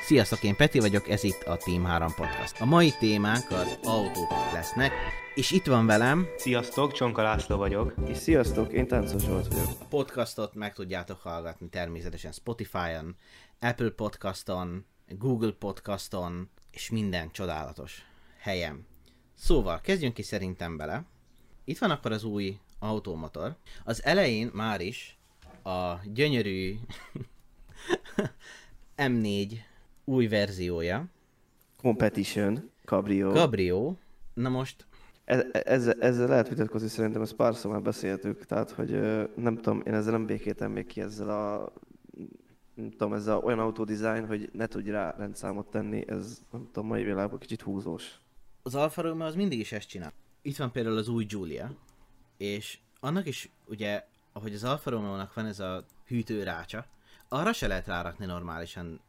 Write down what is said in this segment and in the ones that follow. Sziasztok, én Peti vagyok, ez itt a Team 3 Podcast. A mai témánk az autók lesznek, és itt van velem, Sziasztok, Csonka László vagyok. És sziasztok, én Táncos Zsolt vagyok. a podcastot meg tudjátok hallgatni természetesen Spotify-on, Apple Podcaston, Google Podcaston, és minden csodálatos helyem. Szóval, kezdjünk ki szerintem bele. Itt van akkor az új autómotor. Az elején már is a gyönyörű M4 új verziója, Competition, Cabrio. Cabrio. Na most E- e- ezzel, ezzel lehet vitatkozni, szerintem ezt párszor már beszéltük, tehát hogy ö, nem tudom, én ezzel nem békétem még ki ezzel a nem tudom, ez a, olyan autódizájn, hogy ne tudj rá rendszámot tenni, ez nem tudom, mai világban kicsit húzós. az Alfa Romeo az mindig is ezt csinál. Itt van például az új Giulia, és annak is ugye, ahogy az Alfa romeo van ez a hűtőrácsa, arra se lehet rárakni normálisan.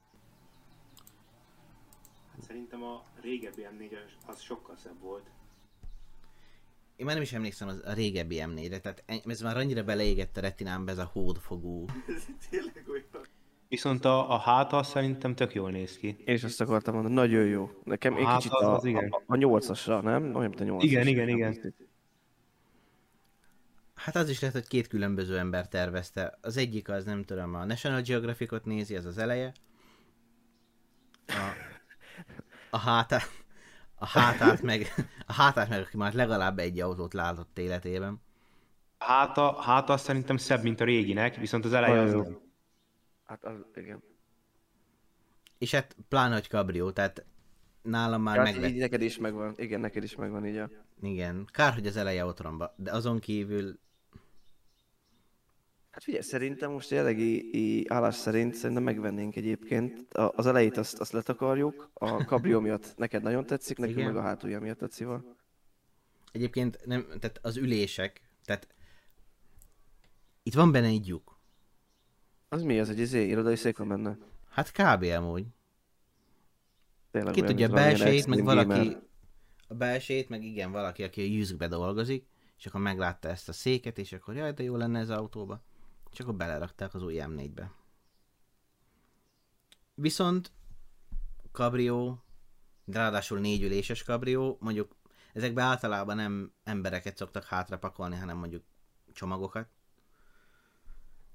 Hát szerintem a régebbi M4-es az sokkal szebb volt. Én már nem is emlékszem az a régebbi M4-re, tehát en- ez már annyira beleégett a retinámba ez a hódfogú. Tényleg olyan. Viszont a, a háta az szerintem tök jól néz ki. Én is azt akartam mondani, nagyon jó. Nekem én Hát kicsit az- a, az igen. a, a, nyolcasra, nem? Olyan, mint a nyolcas. Igen, igen, igen. Hát az is lehet, hogy két különböző ember tervezte. Az egyik az nem tudom, a National Geographicot nézi, ez az eleje. A, a hátát, a hátát meg, a hátát meg, aki már legalább egy autót látott életében. A háta, háta az szerintem szebb, mint a réginek, viszont az eleje Nagyon az jó. nem. Hát az, igen. És hát pláne, hogy kabrió, tehát nálam már Hát megvett. így neked is megvan, igen, neked is megvan így a... Igen, kár, hogy az eleje otromba, de azon kívül Hát figyelj, szerintem most jelenlegi í- állás szerint szerintem megvennénk egyébként. A- Az elejét azt, azt letakarjuk, a kabrió miatt neked nagyon tetszik, nekünk Igen. meg a hátulja miatt a civa. egyébként nem, tehát az ülések, tehát itt van benne egy lyuk. Az mi az, hogy izé, irodai szék van benne? Hát kb. amúgy. Tényleg Ki olyan, tudja, a belsejét, mint valamilyen meg extreme valaki, gamer. a belsejét, meg igen, valaki, aki a jűzgbe dolgozik, és akkor meglátta ezt a széket, és akkor jaj, de jó lenne ez autóba. És akkor belerakták az új M4-be. Viszont kabrió, de ráadásul négy üléses kabrió, mondjuk ezekbe általában nem embereket szoktak hátrapakolni, hanem mondjuk csomagokat.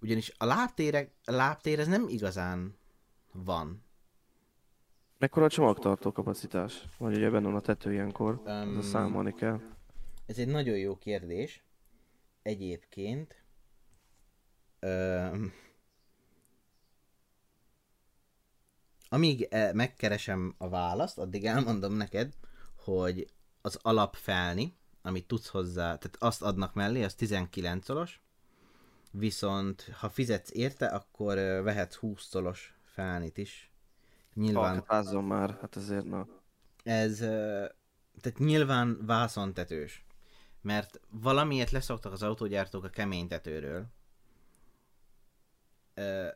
Ugyanis a, lábtérek, a lábtér ez nem igazán van. Mekkora a csomagtartó kapacitás? Vagy ugye benne van a tető ilyenkor, az Öm, a számolni kell. Ez egy nagyon jó kérdés. Egyébként. Öm, amíg eh, megkeresem a választ, addig elmondom neked, hogy az alapfelni, amit tudsz hozzá, tehát azt adnak mellé, az 19 szolos, viszont ha fizetsz érte, akkor eh, vehetsz 20 szolos felnit is. Nyilván Alkatázzon már, hát azért na. ez, ö, tehát nyilván vászontetős. Mert valamiért leszoktak az autógyártók a kemény tetőről. Ö,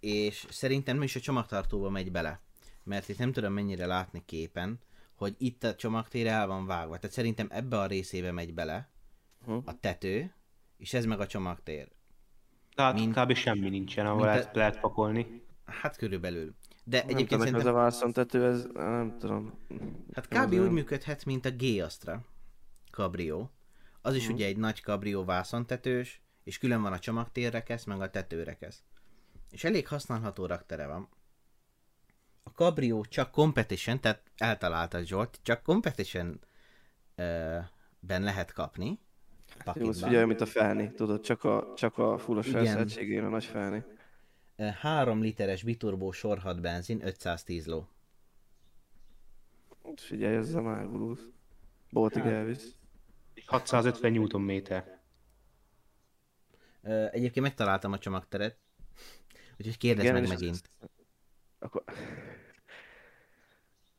És szerintem nem is a csomagtartóba megy bele. Mert itt nem tudom mennyire látni képen, hogy itt a csomagtér el van vágva. Tehát szerintem ebbe a részébe megy bele Hm. a tető, és ez meg a csomagtér. Tehát Mint- kb. semmi nincsen, ahol mint a- lehet, lehet pakolni. Hát körülbelül. De Egyébként nem egyébként tudom, szerintem... szerintem, ez a vászontető, ez nem tudom. hát ez kb. úgy olyan- működhet, mint a G-Astra kabrió. Az Mhm. is ugye egy nagy kabrió vászontetős, és külön van a csomagtérrekesz, meg a tetőrekesz. És elég használható raktere van. A kabrió csak competition, tehát eltalálta Zsolt, csak competition ö, ben lehet kapni. Hát Jó, az Pakitban. figyelj, mint a felni, tudod, csak a, csak a fullos Igen. felszereltségén a nagy felni. 3 literes biturbó sorhat benzin, 510 ló. Hát Figyelj, ez a mágulus. Boltig Hát, elvisz. 650 Nm. Ö, egyébként megtaláltam a csomagteret, úgyhogy kérdezz Igen, meg és- megint. Akkor...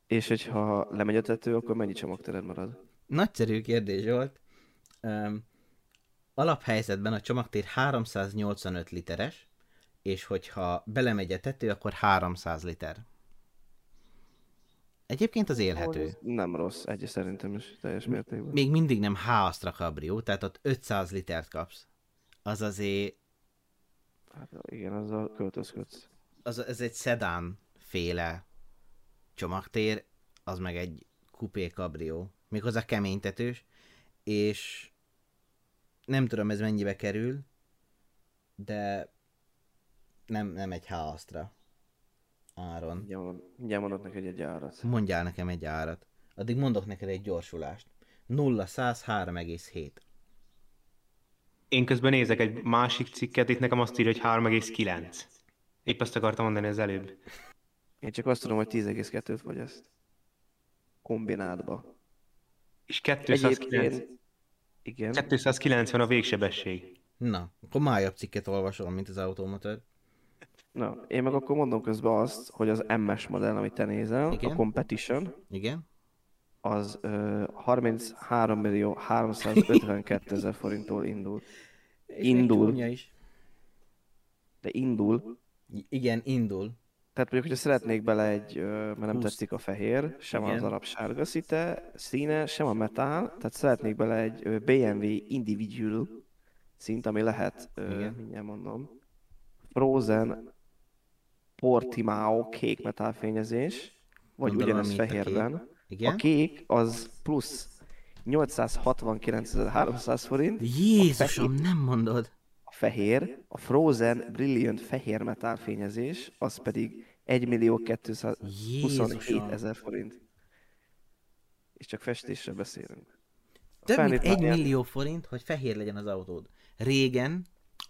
És hogyha lemegy a tető, akkor mennyi csomagtered marad? Nagyszerű kérdés volt. Um, alaphelyzetben a csomagtér 385 literes, és hogyha belemegy a tető, akkor 300 liter. Egyébként az élhető. Nem rossz, egy szerintem is teljes mértékben. Még mindig nem H-Astra kabrió, tehát ott 500 litert kapsz. Az azért, Hát igen, azzal költözködsz. az, ez egy szedán féle csomagtér, az meg egy kupé kabrió, méghozzá keménytetős, és nem tudom ez mennyibe kerül, de nem, nem egy háasztra. Áron. Mindjárt mondok- mindjárt mondok neki egy árat. Mondjál nekem egy árat. Addig mondok neked egy gyorsulást. 0 100 3,7. Én közben nézek egy másik cikket, itt nekem azt írja, hogy 3,9. Épp ezt akartam mondani az előbb. Én csak azt tudom, hogy 10,2-t vagy ezt. Kombinátba. És 290, Igen. 290 a végsebesség. Na, akkor májabb cikket olvasom, mint az automotör. Na, én meg akkor mondom közben azt, hogy az MS modell, amit te nézel, Igen. a Competition, Igen? az ö, 33 millió 352 ezer forinttól indul. És Indul. még csúnya is. De indul. I- igen, indul. Tehát mondjuk, hogyha szeretnék bele egy, ö, mert nem Húsz. tetszik a fehér, sem Igen. az arab sárga szite, színe, sem a metál, tehát szeretnék bele egy ö, BMW Individual szint, ami lehet, ö, Igen. mindjárt mondom, Frozen Portimao kék metálfényezés, vagy Gondolom, ugyanez ami itt a kék. fehérben. Igen? A kék az plusz 869.300 forint, Jézusom, nem mondod. a fehér, a Frozen Brilliant fehér metál fényezés, az pedig 1.227.000 Jézusom. ezer forint. És csak festésre beszélünk. Több mint felnőtt egy már- millió forint, hogy fehér legyen az autód. Régen, De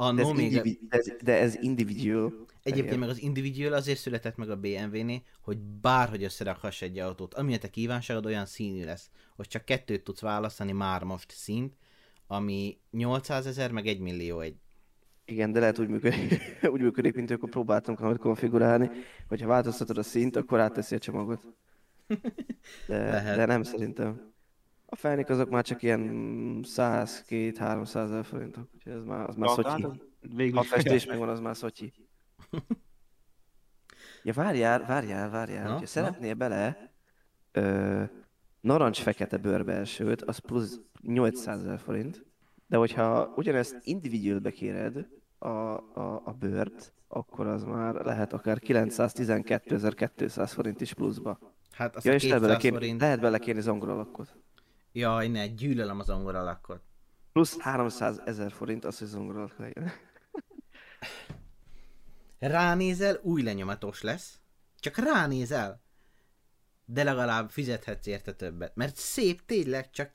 ez, annó még... indivi- de ez, de ez individual. Egyébként meg az individual azért született meg a BMW-nél, hogy bárhogy összerakhass egy autót. Ami a te kívánságod olyan színű lesz, hogy csak kettőt tudsz választani már most szint, ami 800 ezer, meg 1 millió egy. Igen, de lehet úgy működik, úgy működik mint akkor próbáltunk amit konfigurálni, hogyha változtatod a szint, akkor átteszi a csomagot. De, Lehet. de nem szerintem. A felnik azok már csak ilyen 100-200-300 ezer forintok, úgyhogy ez már, az már szotyi. Végül A festés megvan, az már szotyi. Ja, várjál, várjál, várjál. Na, Ha na. szeretnél bele ö, narancs-fekete bőrbeelsőt, az plusz 800 ezer forint. De hogyha ugyanezt individuálbe kéred a, a, a bőrt, akkor az már lehet akár 912.200 forint is pluszba. Hát azt Ja, ja, a és lehet bele 200 kérni, forint... lehet bele kérni az angol alakot. Jaj, ne, gyűlölöm az angol alakot. Plusz 300 ezer forint az, hogy az angol alak legyen. Ránézel, új lenyomatos lesz. Csak ránézel. De legalább fizethetsz érte többet. Mert szép tényleg, csak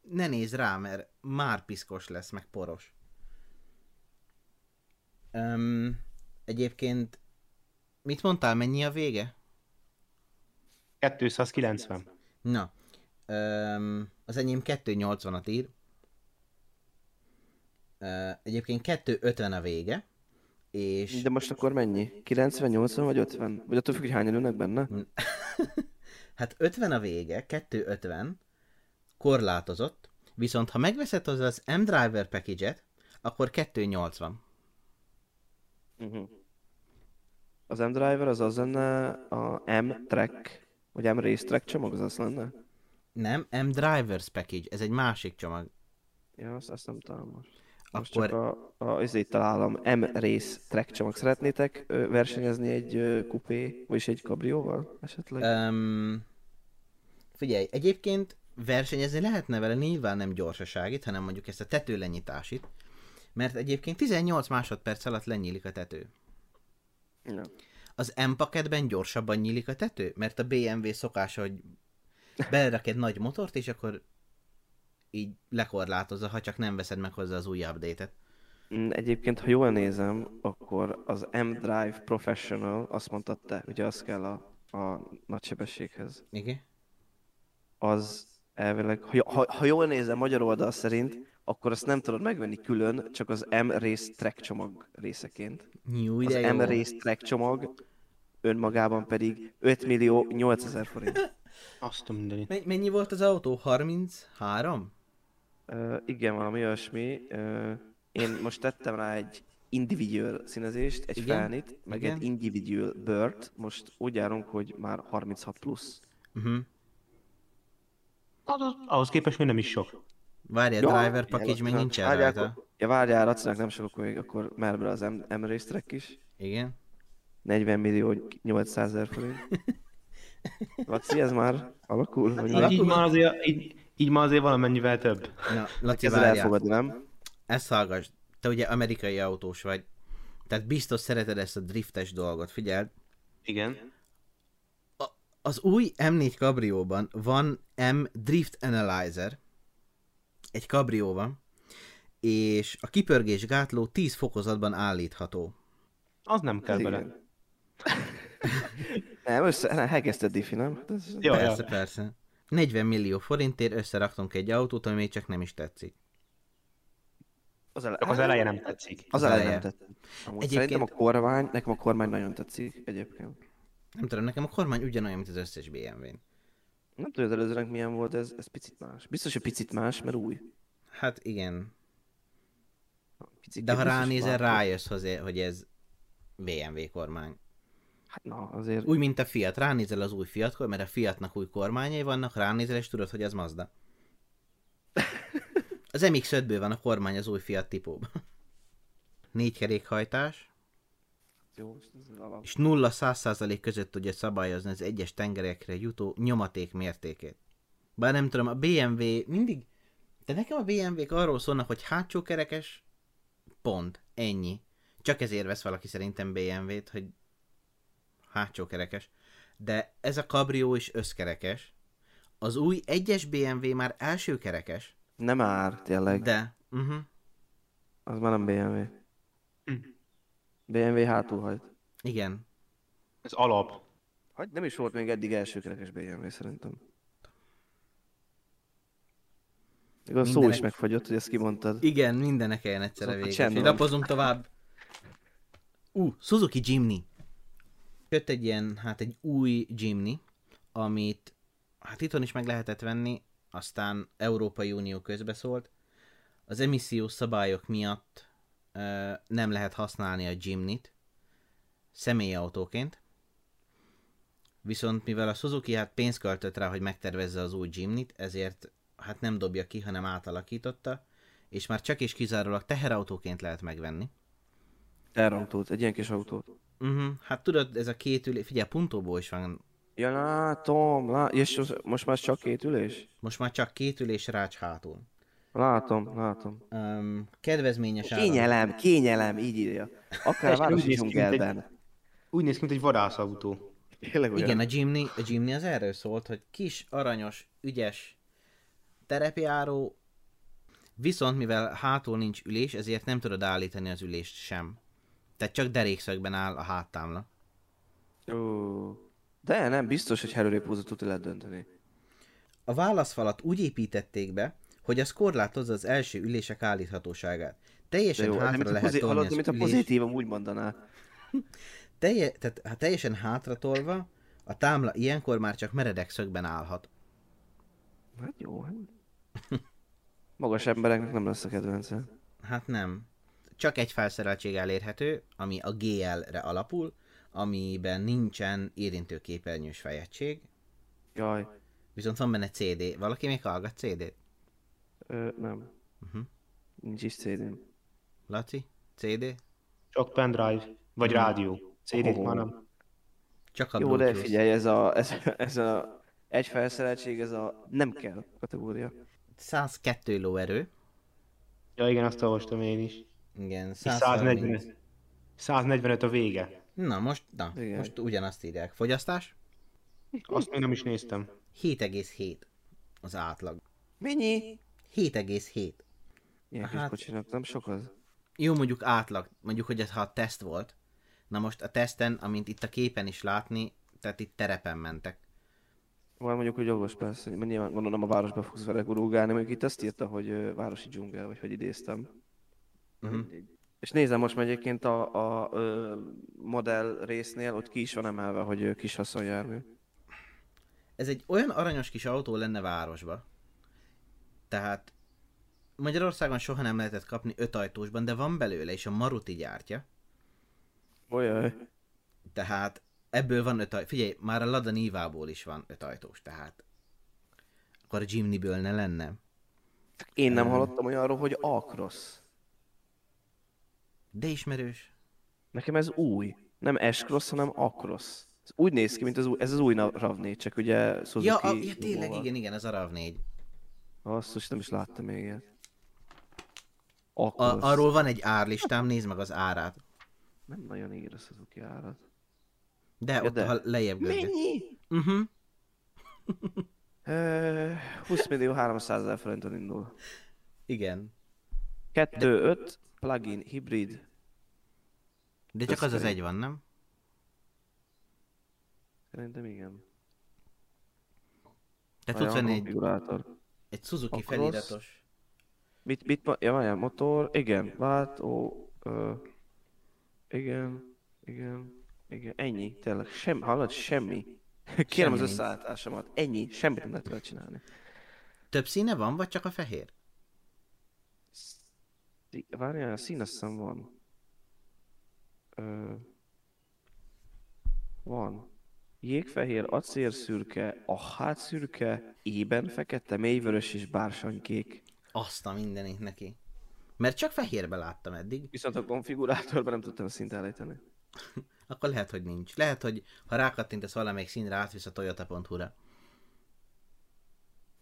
ne néz rá, mert már piszkos lesz, meg poros. Öm, egyébként, mit mondtál, mennyi a vége? 290. Na, öm, az enyém 280-at ír. Ö, egyébként 250 a vége, és... De most akkor mennyi? 90, 80 vagy 50? Vagy attól függ, hogy hányan ülnek benne? Hát 50 a vége, 250, korlátozott, viszont ha megveszed hozzá az M-Driver package-et, akkor 280. Uh-huh. Az M-Driver az az lenne a M-Track, vagy M-Racetrack csomag, az az lenne? Nem, M-Drivers package, ez egy másik csomag. Ja, azt, azt nem tudom most. Most Akkor csak a, a, azért találom, M-Racetrack csomag. Szeretnétek ö, versenyezni egy ö, kupé, vagyis egy kabrióval esetleg? Öm, figyelj, egyébként versenyezni lehetne vele nyilván nem gyorsaságit, hanem mondjuk ezt a tető lenyitásit, mert egyébként 18 másodperc alatt lenyílik a tető. Ja. Az M-paketben gyorsabban nyílik a tető, mert a BMW szokása, hogy belerak egy nagy motort, és akkor így lekorlátozza, ha csak nem veszed meg hozzá az új update-et. Mm, Egyébként, ha jól nézem, akkor az M-Drive Professional, azt mondtad te, ugye az kell a, a nagysebességhez. Igen? az elvileg, ha, ha, ha jól nézem magyar oldal szerint, akkor azt nem tudod megvenni külön, csak az M rész track csomag részeként. Jó, Az de M jó. rész track csomag önmagában pedig 5 millió 8 ezer forint. Azt a mindenit. Men- mennyi volt az autó? 33? Ö, igen, valami olyasmi. Ö, én most tettem rá egy individual színezést, egy Igen, igen? felnit, meg igen. egy individual bird. Most úgy járunk, hogy már 36 plusz. Uh-huh. Az- Ahhoz képest még nem is sok. Várjál, Ja, driver package még Várjál, nincsen várjál, rajta. akkor- Ja, várjál, Racinak nem sok, akkor, akkor már bele az M, M race track is. Igen. 40 millió 800 ezer forint. Laci, ez már alakul? Hát Vagy Így, mi? így, már azért, így, így már azért valamennyivel több. Na, Hát Laci, Ezzel várjál. elfogadni, nem? Ezt hallgass. Te ugye amerikai autós vagy. Tehát biztos szereted ezt a driftes dolgot. Figyeld, Igen. az új M4 kabrióban van M Drift Analyzer, egy kabrióban, és a kipörgés gátló 10 fokozatban állítható. Az nem kell Ez bele. Hát igen. Nem, össze, nem, hegeszted diffi, nem? Hát Ez, Jó, jó. persze, persze. 40 millió forintért összeraktunk egy autót, ami még csak nem is tetszik. az, ele- Csak az eleje nem tetszik. Az Az eleje eleje. nem tetszik. Amúgy Egyébként- Szerintem a kormány, nekem a kormány nagyon tetszik egyébként. Nem tudom, nekem a kormány ugyanolyan, mint az összes BMW-n. Nem tudom, az előzőnek milyen volt, ez, ez picit más. Biztos, hogy picit más, mert új. Hát igen. Picit De ha biztos ránézel, változik. rájössz hozzá, hogy ez BMW kormány. Hát na, azért Úgy, mint a Fiat. Ránézel az új Fiatkor, mert a Fiatnak új kormányai vannak, ránézel és tudod, hogy az Mazda. Az MX-5-ből van a kormány az új Fiat tipóban. Négy kerékhajtás, jó, ez az alap. és 0-100% között tudja szabályozni az egyes tengerekre jutó nyomaték mértékét. Bár nem tudom, a BMW mindig... De nekem a BMW-k arról szólnak, hogy hátsó kerekes, pont, ennyi. Csak ezért vesz valaki szerintem BMW-t, hogy hátsó kerekes. De ez a kabrió is összkerekes. Az új egyes BMW már első kerekes, Nem már, tényleg. De... de... Uh-huh. Az már nem BMW. Hm. BMW hátulhajt. Igen. Ez alap. Hogy nem is volt még eddig elsőkerekes BMW szerintem. Még a szó Mindenek- is megfagyott, hogy ezt kimondtad. Igen, mindenek eljön egyszerre Azok a végig. csend Úgyhogy van. lapozunk tovább. Ú, uh, Suzuki Jimny. Jött egy ilyen, hát egy új Jimny, amit hát itthon is meg lehetett venni, aztán Európai Unió közbeszólt. Az emissziós szabályok miatt ö, nem lehet használni a Jimnyt személyautóként. Viszont mivel a Suzuki hát pénzt költött rá, hogy megtervezze az új Jimnyt, ezért hát nem dobja ki, hanem átalakította, és már csak és kizárólag teherautóként lehet megvenni. Terautót, egy ilyen kis autót. Uh-huh. Hát tudod, ez a két ülé... Figyelj, puntóból is van. Ja, látom, lá... és az- most már csak két ülés? Most már csak két ülés rács hátul. Látom, látom. Um, kedvezményes áron. Kényelem, kényelem, így írja. Akár a És úgy városi néz ki, mint egy- dzsungelben. Úgy néz ki, mint egy vadászautó. Tényleg olyan. Igen, a Jimny, a Jimny az erről szólt, hogy kis, aranyos, ügyes terepjáró, viszont mivel hátul nincs ülés, ezért nem tudod állítani az ülést sem. Tehát csak derékszögben áll a háttámla. Ó. De nem, biztos, hogy Harry Pózot lehet dönteni. A válaszfalat úgy építették be, hogy az korlátozza az első ülések állíthatóságát. De Teljesen jó, hát nem, mint hátra a, lehet pozit- tolni hallod, az mint a ülés, pozitívom úgy mondaná. telje, tehát, ha teljesen hátratolva, a támla ilyenkor már csak meredek szögben állhat. Hát jó, hát. Magas embereknek nem lesz a kedvence. Hát nem. Csak egy felszereltség elérhető, ami a GL-re alapul, amiben nincsen érintőképernyős fejegység, Jaj, viszont van benne CD. Valaki még hallgat CD-t? ö, nem. Mhm. Nincs is cd Laci? CD? Csak pendrive. Vagy rádió. CD-t Ó. már nem. Csak a Jó, de Bluetooth. figyelj, ez a, ez, ez a egy felszereltség, ez a nem kell kategória. 102 lóerő. Ja igen, azt olvastam én is. És Igen, 140. 145. 145 a vége. Na most, na, Igen. most ugyanazt írják. Fogyasztás? Azt még nem is néztem. 7,7 az átlag. Mennyi? 7,7. Ilyen Hát- kis kocsinak nem sok az. Jó, mondjuk átlag, mondjuk, hogy ez ha a teszt volt. Na most a teszten, amint itt a képen is látni, tehát itt terepen mentek. Vagy mondjuk, hogy jogos persze, mert nyilván gondolom a városba fogsz vele gurulgálni, mondjuk itt azt írta, hogy ö, városi dzsungel, vagy hogy idéztem. Mhm. És nézem most már egyébként a, a ö, modell résznél, ott ki is van emelve, hogy ö, kis haszonjármű. Ez egy olyan aranyos kis autó lenne városba. Tehát Magyarországon soha nem lehetett kapni ötajtósban, de van belőle, és a Maruti gyártja. Olyaj. Tehát ebből van öt aj... Figyelj, már a Lada Nivából is van öt ajtós, tehát akkor a Jimnyből ne lenne. Én nem hallottam olyanról, hogy Alcross. De ismerős. Nekem ez új. Nem S-cross, hanem Across. Ez Úgy néz ki, mint az új, ez az új na- RAV4, csak ugye Suzuki... Ja, a, ja, tényleg, logóval. igen, igen, ez a RAV4. Basszus, nem is láttam még ilyet. A, Akkor arról van egy árlistám, nézd meg az árát. Nem nagyon ír a Suzuki árat. De Ja, ott de. ha lejjebb gördül. Uh-huh. Ö, 20 millió 300 ezer forinton indul. Igen. 2.5 plug-in hibrid. De csak az az Összfejé. egy van, nem? Szerintem igen. Te Várjál, tudsz venni Hát egy, konfigurátor. egy Suzuki Akkor feliratos. Mit, mit, ma- ja, várjál, motor, igen, váltó, ö, igen, igen, igen, ennyi, tényleg, sem, hallod, semmi. Kérem az nincs. összeállításomat, ennyi, semmit nem lehet vele csinálni. Több színe van, vagy csak a fehér? Ti- Várjál, szín azt hiszem van. Ö, van. Jégfehér, acérszürke, a hátszürke, ében fekete, mélyvörös és bársonykék. Azt a mindenit neki. Mert csak fehérbe láttam eddig, Viszont a konfigurátorban nem tudtam a szint állítani. akkor lehet, hogy nincs. Lehet, hogy ha rákattintasz valamelyik színre, átvisz a toyota.hu-ra.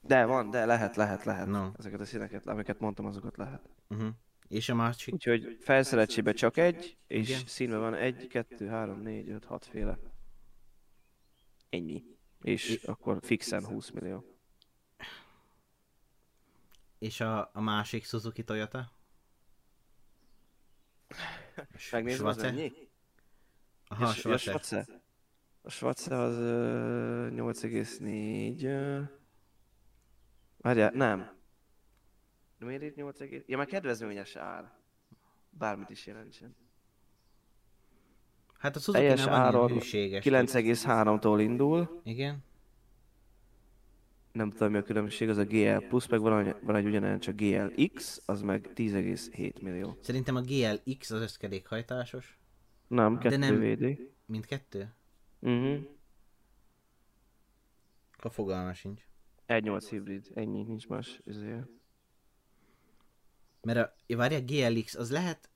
De van, de lehet, lehet, lehet. Na. Ezeket a színeket, amiket mondtam, azokat lehet. Uh-huh. És a másik? Úgyhogy felszereltségben csak egy, és Igen. Igen. színben van egy, kettő, három, négy, öt, hat féle. Ennyi. És akkor fixen 20 millió. És a, a másik Suzuki Toyota? Megnézem, az Schwarze? ennyi? Aha, és, a Schwarze. Schwarze? A Schwarze az ö, 8,4... ö, Várjál, nem. De Miért itt 8,4? Ja, már kedvezményes ár. Bármit is jelentsen. Hát a Suzuki Teljes nem van ilyen áron hűséges. 9,3-tól indul. Igen? Nem tudom mi a különbség, az a GL plusz, meg van, egy- van egy ugyanolyan csak GLX, az meg 10,7 millió. Szerintem a GLX az összkerékhajtásos. Nem, De kettő nem- VD. Mindkettő? Uh-huh. A fogalma sincs. 1.8 hibrid, ennyi, nincs más. izé. Ezért. Mert a, ja, várj, a GLX az lehet...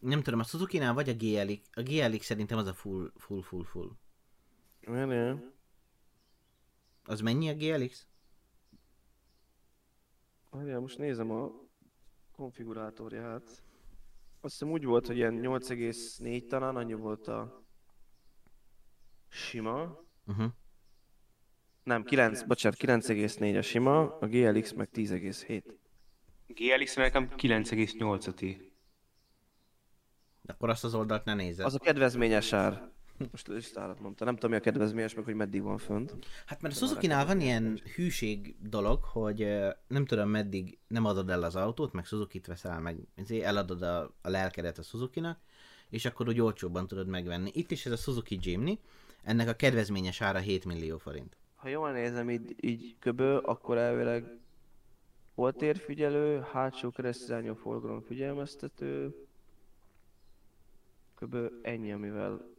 Nem tudom, a Suzuki-nál vagy a GLX... A GLX szerintem az a full, full, full, full. Várjál. Az mennyi a GLX? Várjál, most nézem a konfigurátorját. Azt hiszem úgy volt, hogy ilyen 8,4 talán annyi volt a sima. Uh-huh. Nem, 9, bocsánat, 9,4 a sima, a GLX meg 10,7. GLX-re nekem 9,8-at ír. De akkor azt az oldalt ne nézed. Az a kedvezményes ár. Most listárat mondta, nem tudom mi a kedvezményes, meg hogy meddig van fönt. Hát mert a Suzuki-nál van ilyen hűség dolog, hogy ö, nem tudom meddig nem adod el az autót, meg Suzuki-t veszel, meg izé, eladod a, a lelkedet a Suzuki-nak, és akkor úgy olcsóbban tudod megvenni. Itt is ez a Suzuki Jimny, ennek a kedvezményes ára 7 millió forint. Ha jól nézem így, így köbö, akkor elvileg volt térfigyelő, hátsó keresztirányú forgalom figyelmeztető. Köbö ennyi, amivel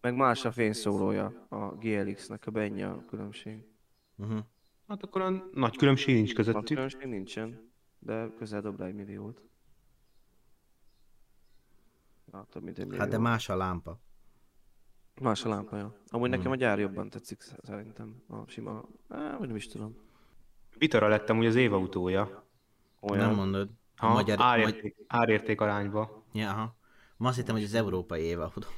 meg más a fényszórója a GLX-nek, köbö ennyi a különbség. Uh-huh. Hát akkor a nagy különbség nincs A közöttük. különbség nincsen, de közel dob rá egy milliót. Látod, mint egy Hát de millió. más a lámpa. Más a lámpaja. Amúgy Hmm. nekem a gyár jobban tetszik sz- szerintem. A sima, á, vagy nem is tudom. Vitara lettem ugye az év autója. Nem Olyan. mondod. Ha, magyar, árérték, árérték arányba. Ja, aha. Ma azt hittem, hogy az európai évautó.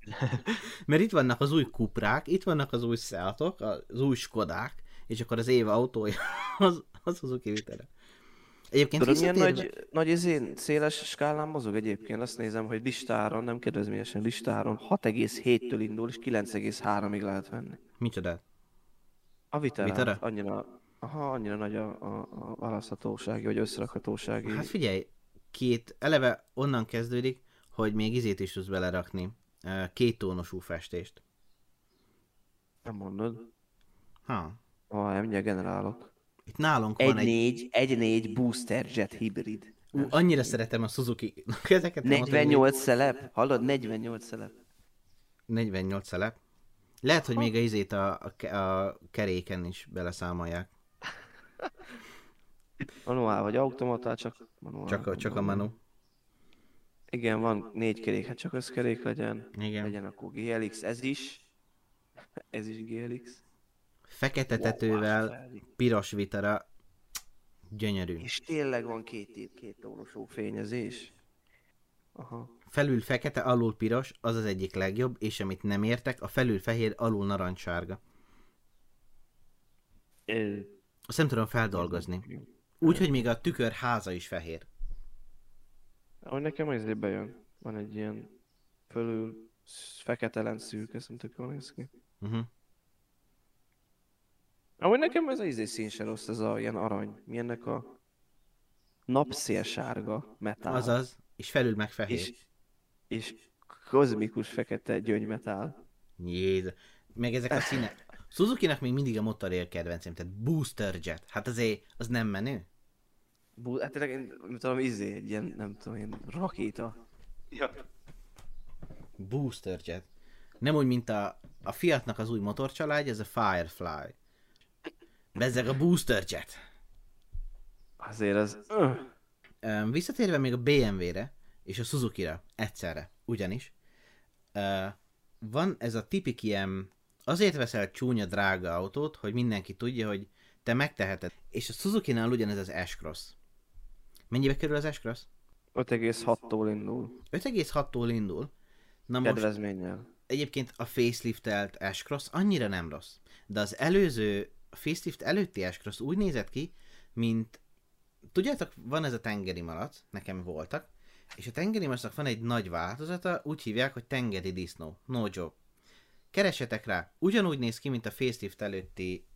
Mert itt vannak az új kuprák, itt vannak az új szeltok, az új skodák, és akkor az év autója az, az Suzuki Vitara. Egyébként Tudod, milyen visszatérve, nagy, nagy izén, széles skálán mozog egyébként? Azt nézem, hogy listáron, nem kedvezményesen listáron, 6,7-től indul, és 9,3-ig lehet venni. micsoda? A vitelát, Vitara? annyira, aha, annyira nagy a, a, a választhatósági, vagy összerakhatósági. Hát figyelj, két, eleve onnan kezdődik, hogy még izét is tudsz belerakni, ö, két tónosú festést. nem mondod. Ha. Ah, nem, mindjárt generálok. Itt nálunk van egy... 1-4 booster jet hibrid. Ú, annyira szeretem a Suzuki. Ezeket nem mondom, hogy- szelep, hallod? 48 szelep. 48 szelep. Lehet, hogy még a izét a, a, ke- a keréken is beleszámolják. Manuál vagy automatál, csak manuál. Csak a, csak a manu. Igen, van négy kerék, hát csak összkerék legyen. Igen. Legyen akkor GLX, ez is. Ez is GLX. Fekete Wow, tetővel, Ferrari. piros vitara, gyönyörű. És tényleg van két év, két olosó fényezés. Aha. Felül fekete, alul piros, az az egyik legjobb, és amit nem értek, a felül fehér, alul narancssárga. Ö, Azt nem tudom feldolgozni. Úgy, hogy még a tükör háza is fehér. Ahogy nekem azért bejön. Van egy ilyen fölül sz- feketelen szűk, ezt nem tök jól néz ki. Uh-huh. Ahogy nekem ez az izé szín se rossz, ez a ilyen arany. Mi ennek a napszélsárga metál. Azaz, és felül meg fehér. És, és kozmikus fekete gyöngymetál. Jézus. Meg ezek a színek. Suzuki-nak még mindig a motorért kedvencem, tehát Booster Jet. Hát azért, az nem menő? Bú, hát tényleg, én- nem tudom, izé, egy ilyen, nem tudom, én rakéta. Ja. Booster Jet. Nem úgy, mint a, a Fiatnak az új motorcsaládja, ez a Firefly. Bezzeg a Booster Jet. Azért az... Öh. Öm, Visszatérve még a BMW-re és a Suzuki-ra egyszerre, ugyanis ö, van ez a tipik ilyen, azért veszel csúnya drága autót, hogy mindenki tudja, hogy te megteheted. És a Suzuki-nál ugyanez az S-Cross. Mennyibe kerül az S-Cross? 5,6-tól indul. 5,6-tól indul. Na most Kedvezménnyel. egyébként a faceliftelt S-Cross annyira nem rossz. De az előző, a facelift előtti S-Cross úgy nézett ki, mint... Tudjátok, van ez a tengeri malac, nekem voltak, és a tengeri malacnak van egy nagy változata, úgy hívják, hogy tengeri disznó. No joke. Keresetek rá, ugyanúgy néz ki, mint a facelift előtti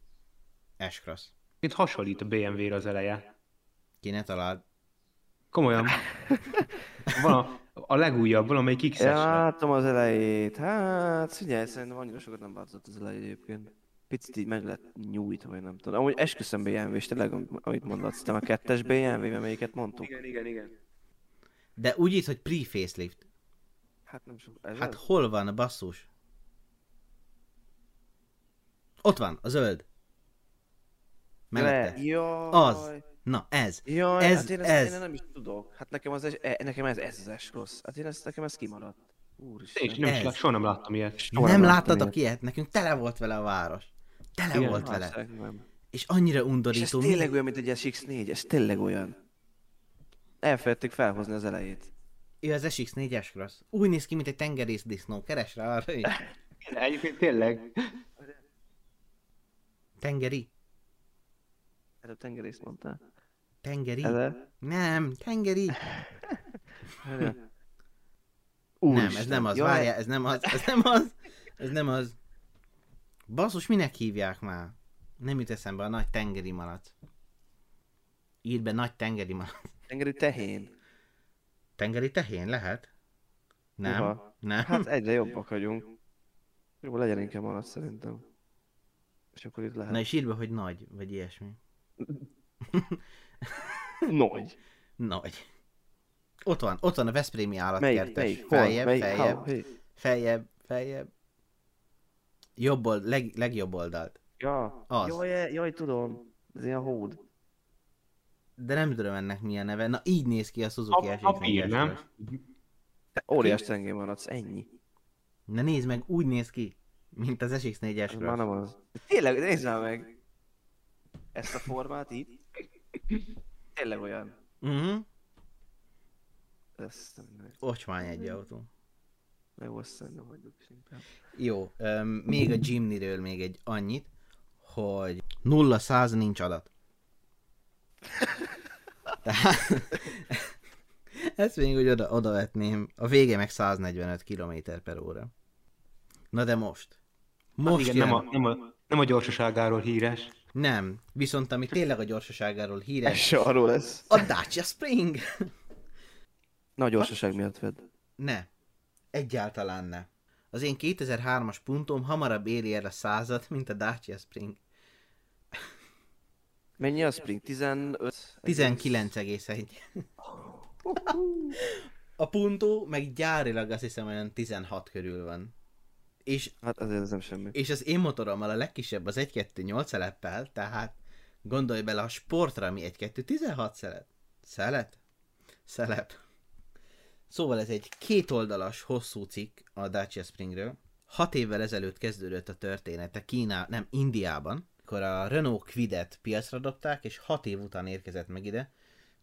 S-Cross. Itt hasonlít a BMW-re az eleje. Ki ne találd. Komolyan. Van a, a legújabb, valamelyik x Ja, ja. látom az elejét. Hát, figyelj, szerintem annyira sokat nem változott az elej egyébként. Picit így meg lett nyújtva, vagy nem tudom. Amúgy esküszöm BMW, és tényleg, am- amit mondod, szerintem a kettes BMW, melyiket mondtuk. Igen, igen, igen. De úgy itt, hogy pre-facelift. Hát nem sok. Ez Hát az? hol van a basszus? Ott van, a zöld. Mellette. Le. Jaj. Az. Na, ez. Jaj, Ez- hát én ezt ez. Én nem is tudok. Hát nekem, az, es- e, nekem ez, ez az S rossz. Hát én ezt, nekem ez kimaradt. Én is Úristen. nem is, hát Ez. lát- soha nem láttam ilyet. Soha nem nem láttam láttatok ilyet. ilyet? Nekünk tele volt vele a város. Tele Igen. volt vele. Valószínűleg nem. És annyira És ez undorító. tényleg olyan, mint egy SX4, ez tényleg olyan. Elfelejtették felhozni az elejét. Ő az SX4-es cross. Úgy néz ki, mint egy tengerész disznó. Keres rá arra is. Egyébként tényleg. Tengeri. Előbb tengerész mondtál. Tengeri. Ele? Nem, tengeri. Ele? Nem, ez nem az. Jaj, Várjál, ez nem az. Ez nem az. Ez nem az. Basszus, minek hívják már? Nem jut eszembe a nagy tengeri malac. Írd be nagy tengeri malac. Tengeri tehén. Tengeri tehén lehet? Nem. Uha. Nem. Hát egyre jobbak vagyunk. Jó, legyen inkább maradt szerintem. És akkor itt Na lehet. és írd be, hogy nagy, vagy ilyesmi. Nagy. Nagy. Ott van, ott van a Veszprémi Melyik, állatkertes. melyik, hol, feljebb, melyik, feljebb, How? Hé. feljebb, feljebb. Jobb old, leg, legjobb oldalt. Ja, Az. jaj, jaj, tudom. Ez ilyen hód. De nem tudom ennek mi a neve. Na így néz ki a Suzuki A SX4-es. papír, nem? Te óriás tengén maradsz, ennyi. Na nézd meg, úgy néz ki, mint az SX4-es. Ez már Cross. nem az. Tényleg, nézd már meg! Ezt a formát itt. Tényleg olyan. Mhm. Ezt nem meg. Ocsmány egy autó. Meg azt szerintem hagyjuk is inkább. Jó, öm, még a Jimny-ről még egy annyit, hogy 0-100 nincs adat. Tehát ezt még úgy oda, oda vetném. A vége meg 145 km per óra. Na de most. Most Hát jön. Igen, nem a, nem, a, nem a gyorsaságáról híres. nem, viszont ami tényleg a gyorsaságáról Ez híres, se arról lesz. a Dacia Spring. Nagy gyorsaság miatt vedd. Ne. Egyáltalán ne. Az én 2003-as puntom hamarabb éri el a százat, mint a Dacia Spring. Mennyi a spring? 15? 19,1. A Punto meg gyárilag azt hiszem olyan 16 körül van. És, Hát azért ez nem semmi. és az én motorommal a legkisebb az 1-2-8 szeleppel, tehát gondolj bele a sportra, ami 1-2-16 szelet. Szelet? Szelep. Szóval ez egy kétoldalas, hosszú cikk a Dacia Springről. Hat évvel ezelőtt kezdődött a története Kína, nem Indiában, akkor a Renault Quidet piacra dobták, és hat év után érkezett meg ide.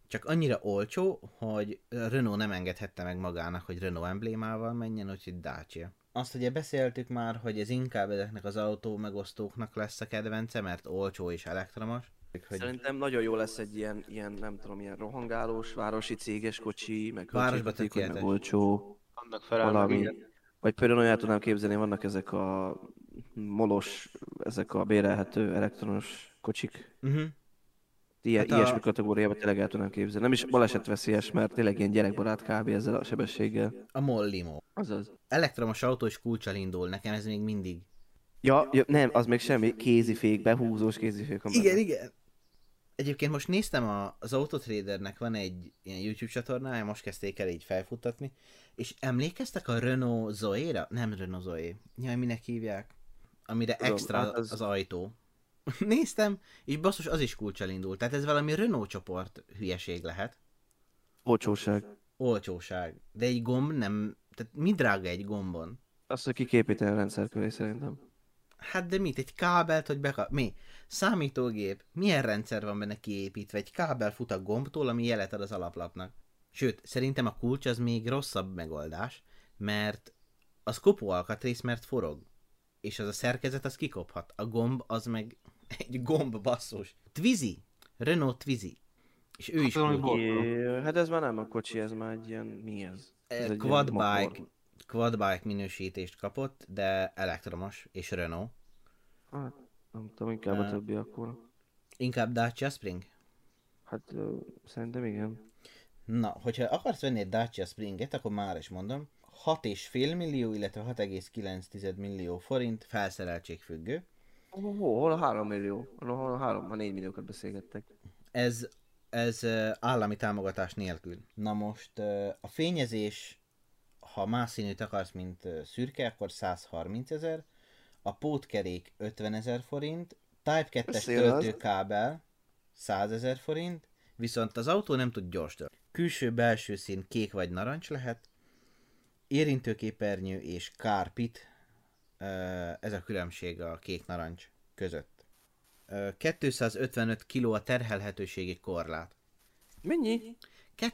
Csak annyira olcsó, hogy Renault nem engedhette meg magának, hogy Renault emblémával menjen, úgyhogy Dacia. Azt ugye beszéltük már, hogy ez inkább ezeknek az autó megosztóknak lesz a kedvence, mert olcsó és elektromos. Hogy... Szerintem nagyon jó lesz egy ilyen, ilyen, nem tudom, ilyen rohangálós, városi céges kocsi, meg Városba költséghatékony, meg tökéletes. olcsó, Annak felel meg valami. minden. Vagy például olyan tudnám képzelni, vannak ezek a molos, ezek a bérelhető elektronos kocsik. Uh-huh. Ilyen, Hát hát a- a... ilyesmi kategóriában tényleg el tudnám képzelni. Nem is balesetveszélyes, mert tényleg ilyen gyerekbarát kb. ezzel a sebességgel. A MOL limo. Azaz. Elektromos autó is kulcsal indul, nekem ez még mindig. Ja, ja, nem, az még semmi kézifék, behúzós kézifék. van benne. Igen, igen. Egyébként most néztem, a, az Autotradernek van egy ilyen YouTube csatornája, most kezdték el így felfuttatni, és emlékeztek a Renault Zoe-ra? Nem Renault Zoe. Jaj, minek hívják? Amire Tudom, extra hát az... az- az ajtó. Néztem, és basszus, az is kulcsal indult. Tehát ez valami Renault csoport hülyeség lehet. Olcsóság. Olcsóság. De egy gomb nem... Tehát mi drága egy gombon? Azt, hogy kiképíteni a rendszer köré szerintem. Hát de mit, egy kábelt, hogy beka... Mi? Számítógép, milyen rendszer van benne kiépítve? Egy kábel fut a gombtól, ami jelet ad az alaplapnak. Sőt, szerintem a kulcs az még rosszabb megoldás, mert az kopó alkatrész, mert forog. És az a szerkezet, az kikophat. A gomb az meg egy gomb basszus. Twizy. Renault Twizy. És ő Hát is valami kulcs. bor- É, hát ez már nem a kocsi, ez már egy ilyen, mi ez? ez Eh, egy quadbike, ilyen quadbike minősítést kapott, de elektromos és Renault. motor. Hát, nem tudom, inkább a Eh. többi akkor. Inkább Dacia Spring? Hát ö, szerintem igen. Na, hogyha akarsz venni egy Dacia Springet, akkor már is mondom, 6,5 millió, illetve 6,9 millió forint felszereltség függő. Hol, hol a 3 millió? Hol, hol a 3, a 4 milliókat beszélgettek. Ez, ez ö, állami támogatás nélkül. Na most ö, a fényezés, ha más színűt akarsz, mint ö, szürke, akkor 130 ezer, a pótkerék 50 ezer forint, Type 2-es Szél az. töltőkábel 100 ezer forint, viszont az autó nem tud gyors tölteni. Külső-belső szín kék vagy narancs lehet, érintőképernyő és kárpit, ö, ez a különbség a kék-narancs között. Ö, 255 kg a terhelhetőségi korlát. Mennyi?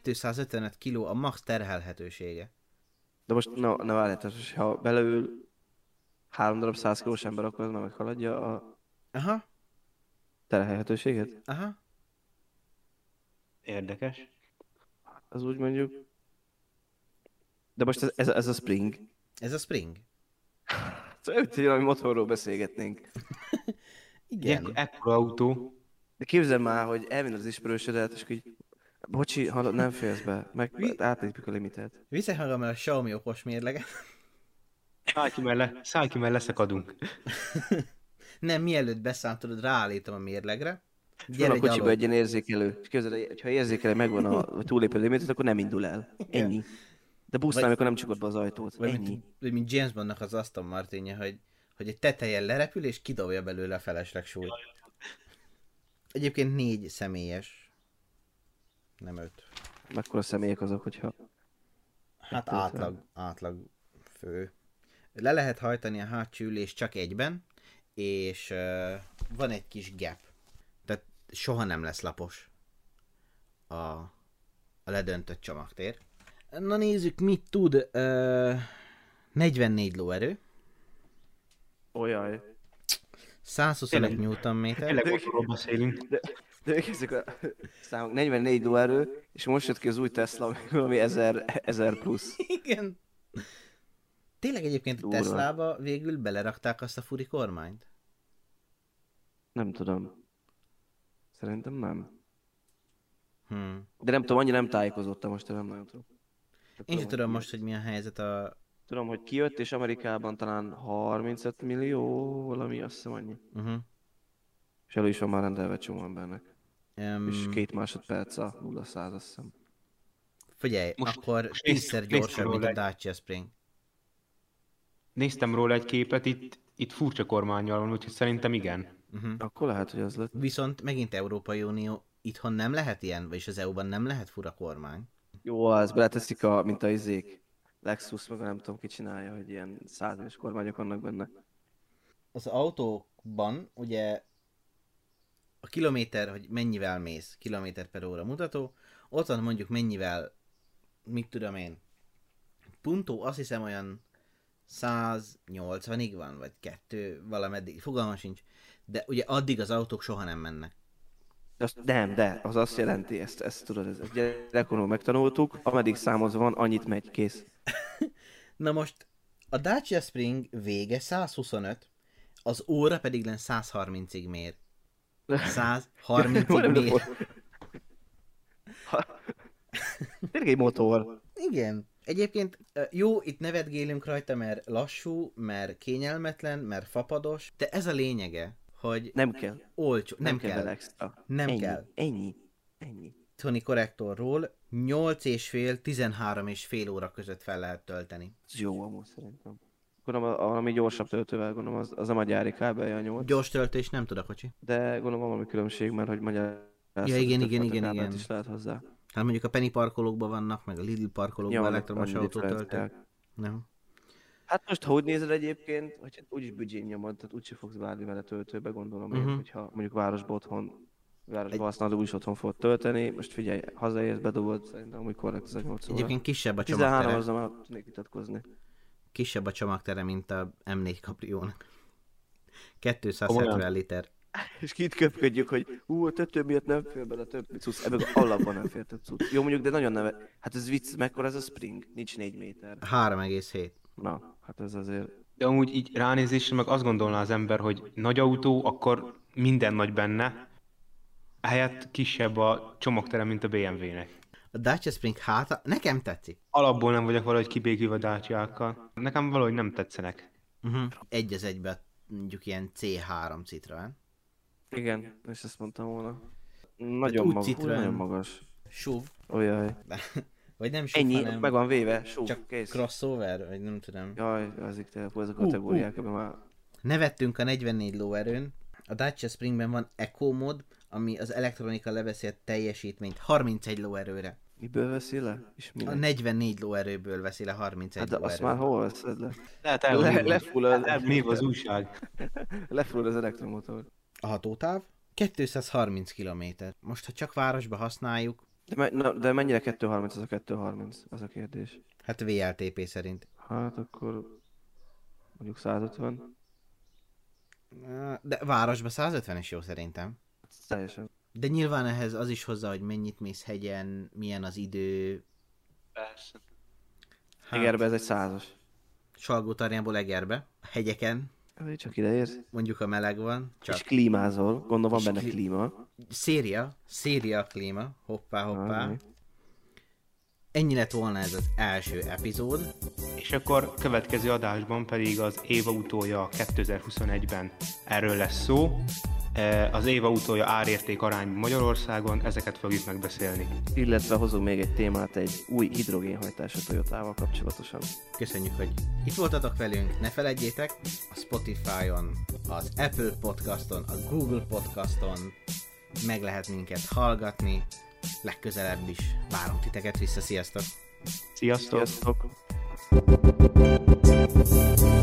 255 kg a max terhelhetősége. De most, na, na várj, tehát most, ha beleül három darab 100 kilós ember, akkor ez már meghaladja a Aha, terhelhetőséget? aha. Érdekes. Az úgy mondjuk. De most ez, ez, ez a spring. Ez a spring. Szóval úgy, hogy valami motorról beszélgetnénk. Igen. Ilyen ekkora autó. De képzeld már, hogy elvinod az ismerősödet, és így, bocsi, hallod, nem félsz be, meg átlépjük a limitet. Viszek magammal a Xiaomi okos mérleget. Szállj ki, mert, le, szállj ki, mert leszakadunk. Nem, mielőtt beszámolod, ráállítom a mérlegre. Gyere, Gyere, a kocsiba gyalog. egy ilyen érzékelő, és képzeld, hogy ha érzékelő megvan a, a túlépő limitet, akkor nem indul el. Ennyi. De busznál, amikor nem csukod be az ajtót. Vagy Ennyi. mint, vagy mint James Bondnak az Aston Martinja, hogy, hogy egy tetejen lerepül és kidobja belőle a felesleg súlyt. Egyébként négy személyes. Nem öt. Mekkora személyek azok, hogyha... Hát Öt, átlag, átlag fő. Le lehet hajtani a hátsó ülés csak egyben, és uh, van egy kis gap. Tehát soha nem lesz lapos a, a ledöntött csomagtér. Na nézzük, mit tud uh, 44 lóerő, Olyaj. 125 Nm. Tényleg motorról beszélünk. De, de ők ezek a számok 44 lóerő, és most jött ki az új Tesla, ami valami 1000, 1000 plusz. Igen. Tényleg egyébként a Durva. Teslába végül belerakták azt a furi kormányt? Nem tudom. Szerintem nem. Hm. De nem tudom, annyira nem tájékozottam most, nem nagyon tudom. Én Nem sem hogy tudom ki- most, hogy mi a helyzet a... Tudom, hogy kijött, és Amerikában talán 35 millió, valami, azt hiszem annyi. Uh-huh. És elő is van már rendelve egy csomó embernek. Um, És két másodperc a 0 100 azt hiszem. Figyelj, most, Most- akkor most nézd- tízszer nézd gyorsabb, mint a róla Dacia Spring. Néztem róla egy képet, itt, itt furcsa kormányjal van, úgyhogy szerintem igen. Uh-huh. Akkor lehet, hogy az lett. E Viszont megint Európai Unió, itthon nem lehet ilyen, vagyis az EU-ban nem lehet fura kormány. Jó, az beleteszik a, mint a izék. Lexus, meg a nem tudom ki csinálja, hogy ilyen százas kormányok vannak benne. Az autókban ugye a kilométer, hogy mennyivel mész, kilométer per óra mutató, ott van mondjuk mennyivel, mit tudom én, Punto azt hiszem olyan 180-ig van, vagy kettő, valameddig, fogalma sincs. De ugye addig az autók soha nem mennek. Azt, nem, de az azt jelenti, ezt, ezt tudod, ezt, ezt gyerekkorban megtanultuk, ameddig számozva van, annyit megy, kész. Na most a Dacia Spring vége 125, az óra pedig len 130-ig mér. 130-ig mér. Ha- Tényleg egy motor. Igen. Egyébként ö, jó, itt nevetgélünk rajta, mert lassú, mert kényelmetlen, mert fapados, de ez a lényege, hogy Nem kell. olcsó, nem, kell. kell. bele extra. Nem ennyi, kell. Ennyi. Ennyi. Sony korrektorról 8,5-13 és fél óra között fel lehet tölteni. Ez jó amúgy szerintem. Gondolom, a- valami gyorsabb töltővel, gondolom, az, az a magyári kábelje a nyolc. Gyors töltés nem tud a kocsi. De gondolom van valami különbség, mert hogy magyar elszokott igen, igen, fekete igen, kábelt igen. is lehet hozzá. Hát mondjuk a Penny parkolókban vannak, meg a Lidl parkolókban van, elektromos van autó differenciák. töltő. Nem. Hát most, ha úgy nézed egyébként, hogy úgyis büdzsén nyomod, tehát úgyse fogsz várni vele töltőbe, gondolom én, Mhm. hogyha mondjuk városba otthon, városba Egy- Egy... használod, úgyis otthon fogod tölteni. Most figyelj, hazaérsz, bedobod, szerintem amúgy korrekt ez a 8 óra. Egyébként kisebb a 13 csomagtere, azon már tudnék vitatkozni. kisebb a csomagtere mint a M4 Cabriónak. Komolyan? 270 liter. És ki itt köpködjük, hogy hú, a tötő miatt nem fér bele több cucc, ebből alapban nem fér több cucc. Jó, mondjuk, de nagyon neve. Hát ez vicc, mekkora ez a spring? Nincs 4 méter. 3,7. Na, hát ez azért... De amúgy így ránézésre meg azt gondolná az ember, hogy nagy autó, akkor minden nagy benne, ehelyett kisebb a csomagterem, mint a BMW-nek. A Dacia Spring háta nekem tetszik. Alapból nem vagyok valahogy kibékülve a dácsiákkal. Nekem valahogy nem tetszenek. Mhm. Uh-huh. Egy az egybe a- mondjuk ilyen C3 Citroen. Igen, és ezt mondtam volna. Nagyon úgy magas. Citroen. Nagyon magas. SUV. Ojaj. Vagy nem SUV, Ennyi, hanem meg van véve, sú, csak Csak kész. crossover, vagy nem tudom. Jaj, azik te, hú, ez a kategóriák, ebben már... Nevettünk a 44 lóerőn. A Dacia Springben van Eco mod, ami az elektronika lebeszélt teljesítményt 31 lóerőre. Miből veszi le? És A minek? 44 lóerőből veszi le 31 Hát de lóerőt. azt már hol veszed le? Lehet Le, elhúzni. lefull, az, Elnév az újság. lefull az elektromotor. A hatótáv 230 km. Most, ha csak városba használjuk, De, me, na, de mennyire 230 az a 230? Az a kérdés. hát VLTP szerint. Hát akkor... Mondjuk 150. Á, De városba 150 is jó szerintem. Teljesen. De nyilván ehhez az is hozzá, hogy mennyit mész hegyen, milyen az idő. Persze. Hát, Egerbe ez egy százas. Salgótarjánból Egerbe, a hegyeken, Ez így csak ide érsz. mondjuk a meleg van. Csak. És klímázol. Gondolom van És benne klí- klíma. Széria, Széria a klíma, hoppá, hoppá. Ajaj. Ennyi lett volna ez az első epizód. És akkor következő adásban pedig az Éva utója 2021-ben erről lesz szó. Eh, Az Éva utója árérték arányban Magyarországon, ezeket fogjuk megbeszélni. Illetve hozunk még egy témát egy új hidrogénhajtású Toyotával kapcsolatosan. Köszönjük, hogy itt voltatok velünk, ne feledjétek, a Spotify-on, az Apple Podcaston, a Google Podcaston meg lehet minket hallgatni, legközelebb is várunk titeket vissza, sziasztok! Sziasztok! Sziasztok!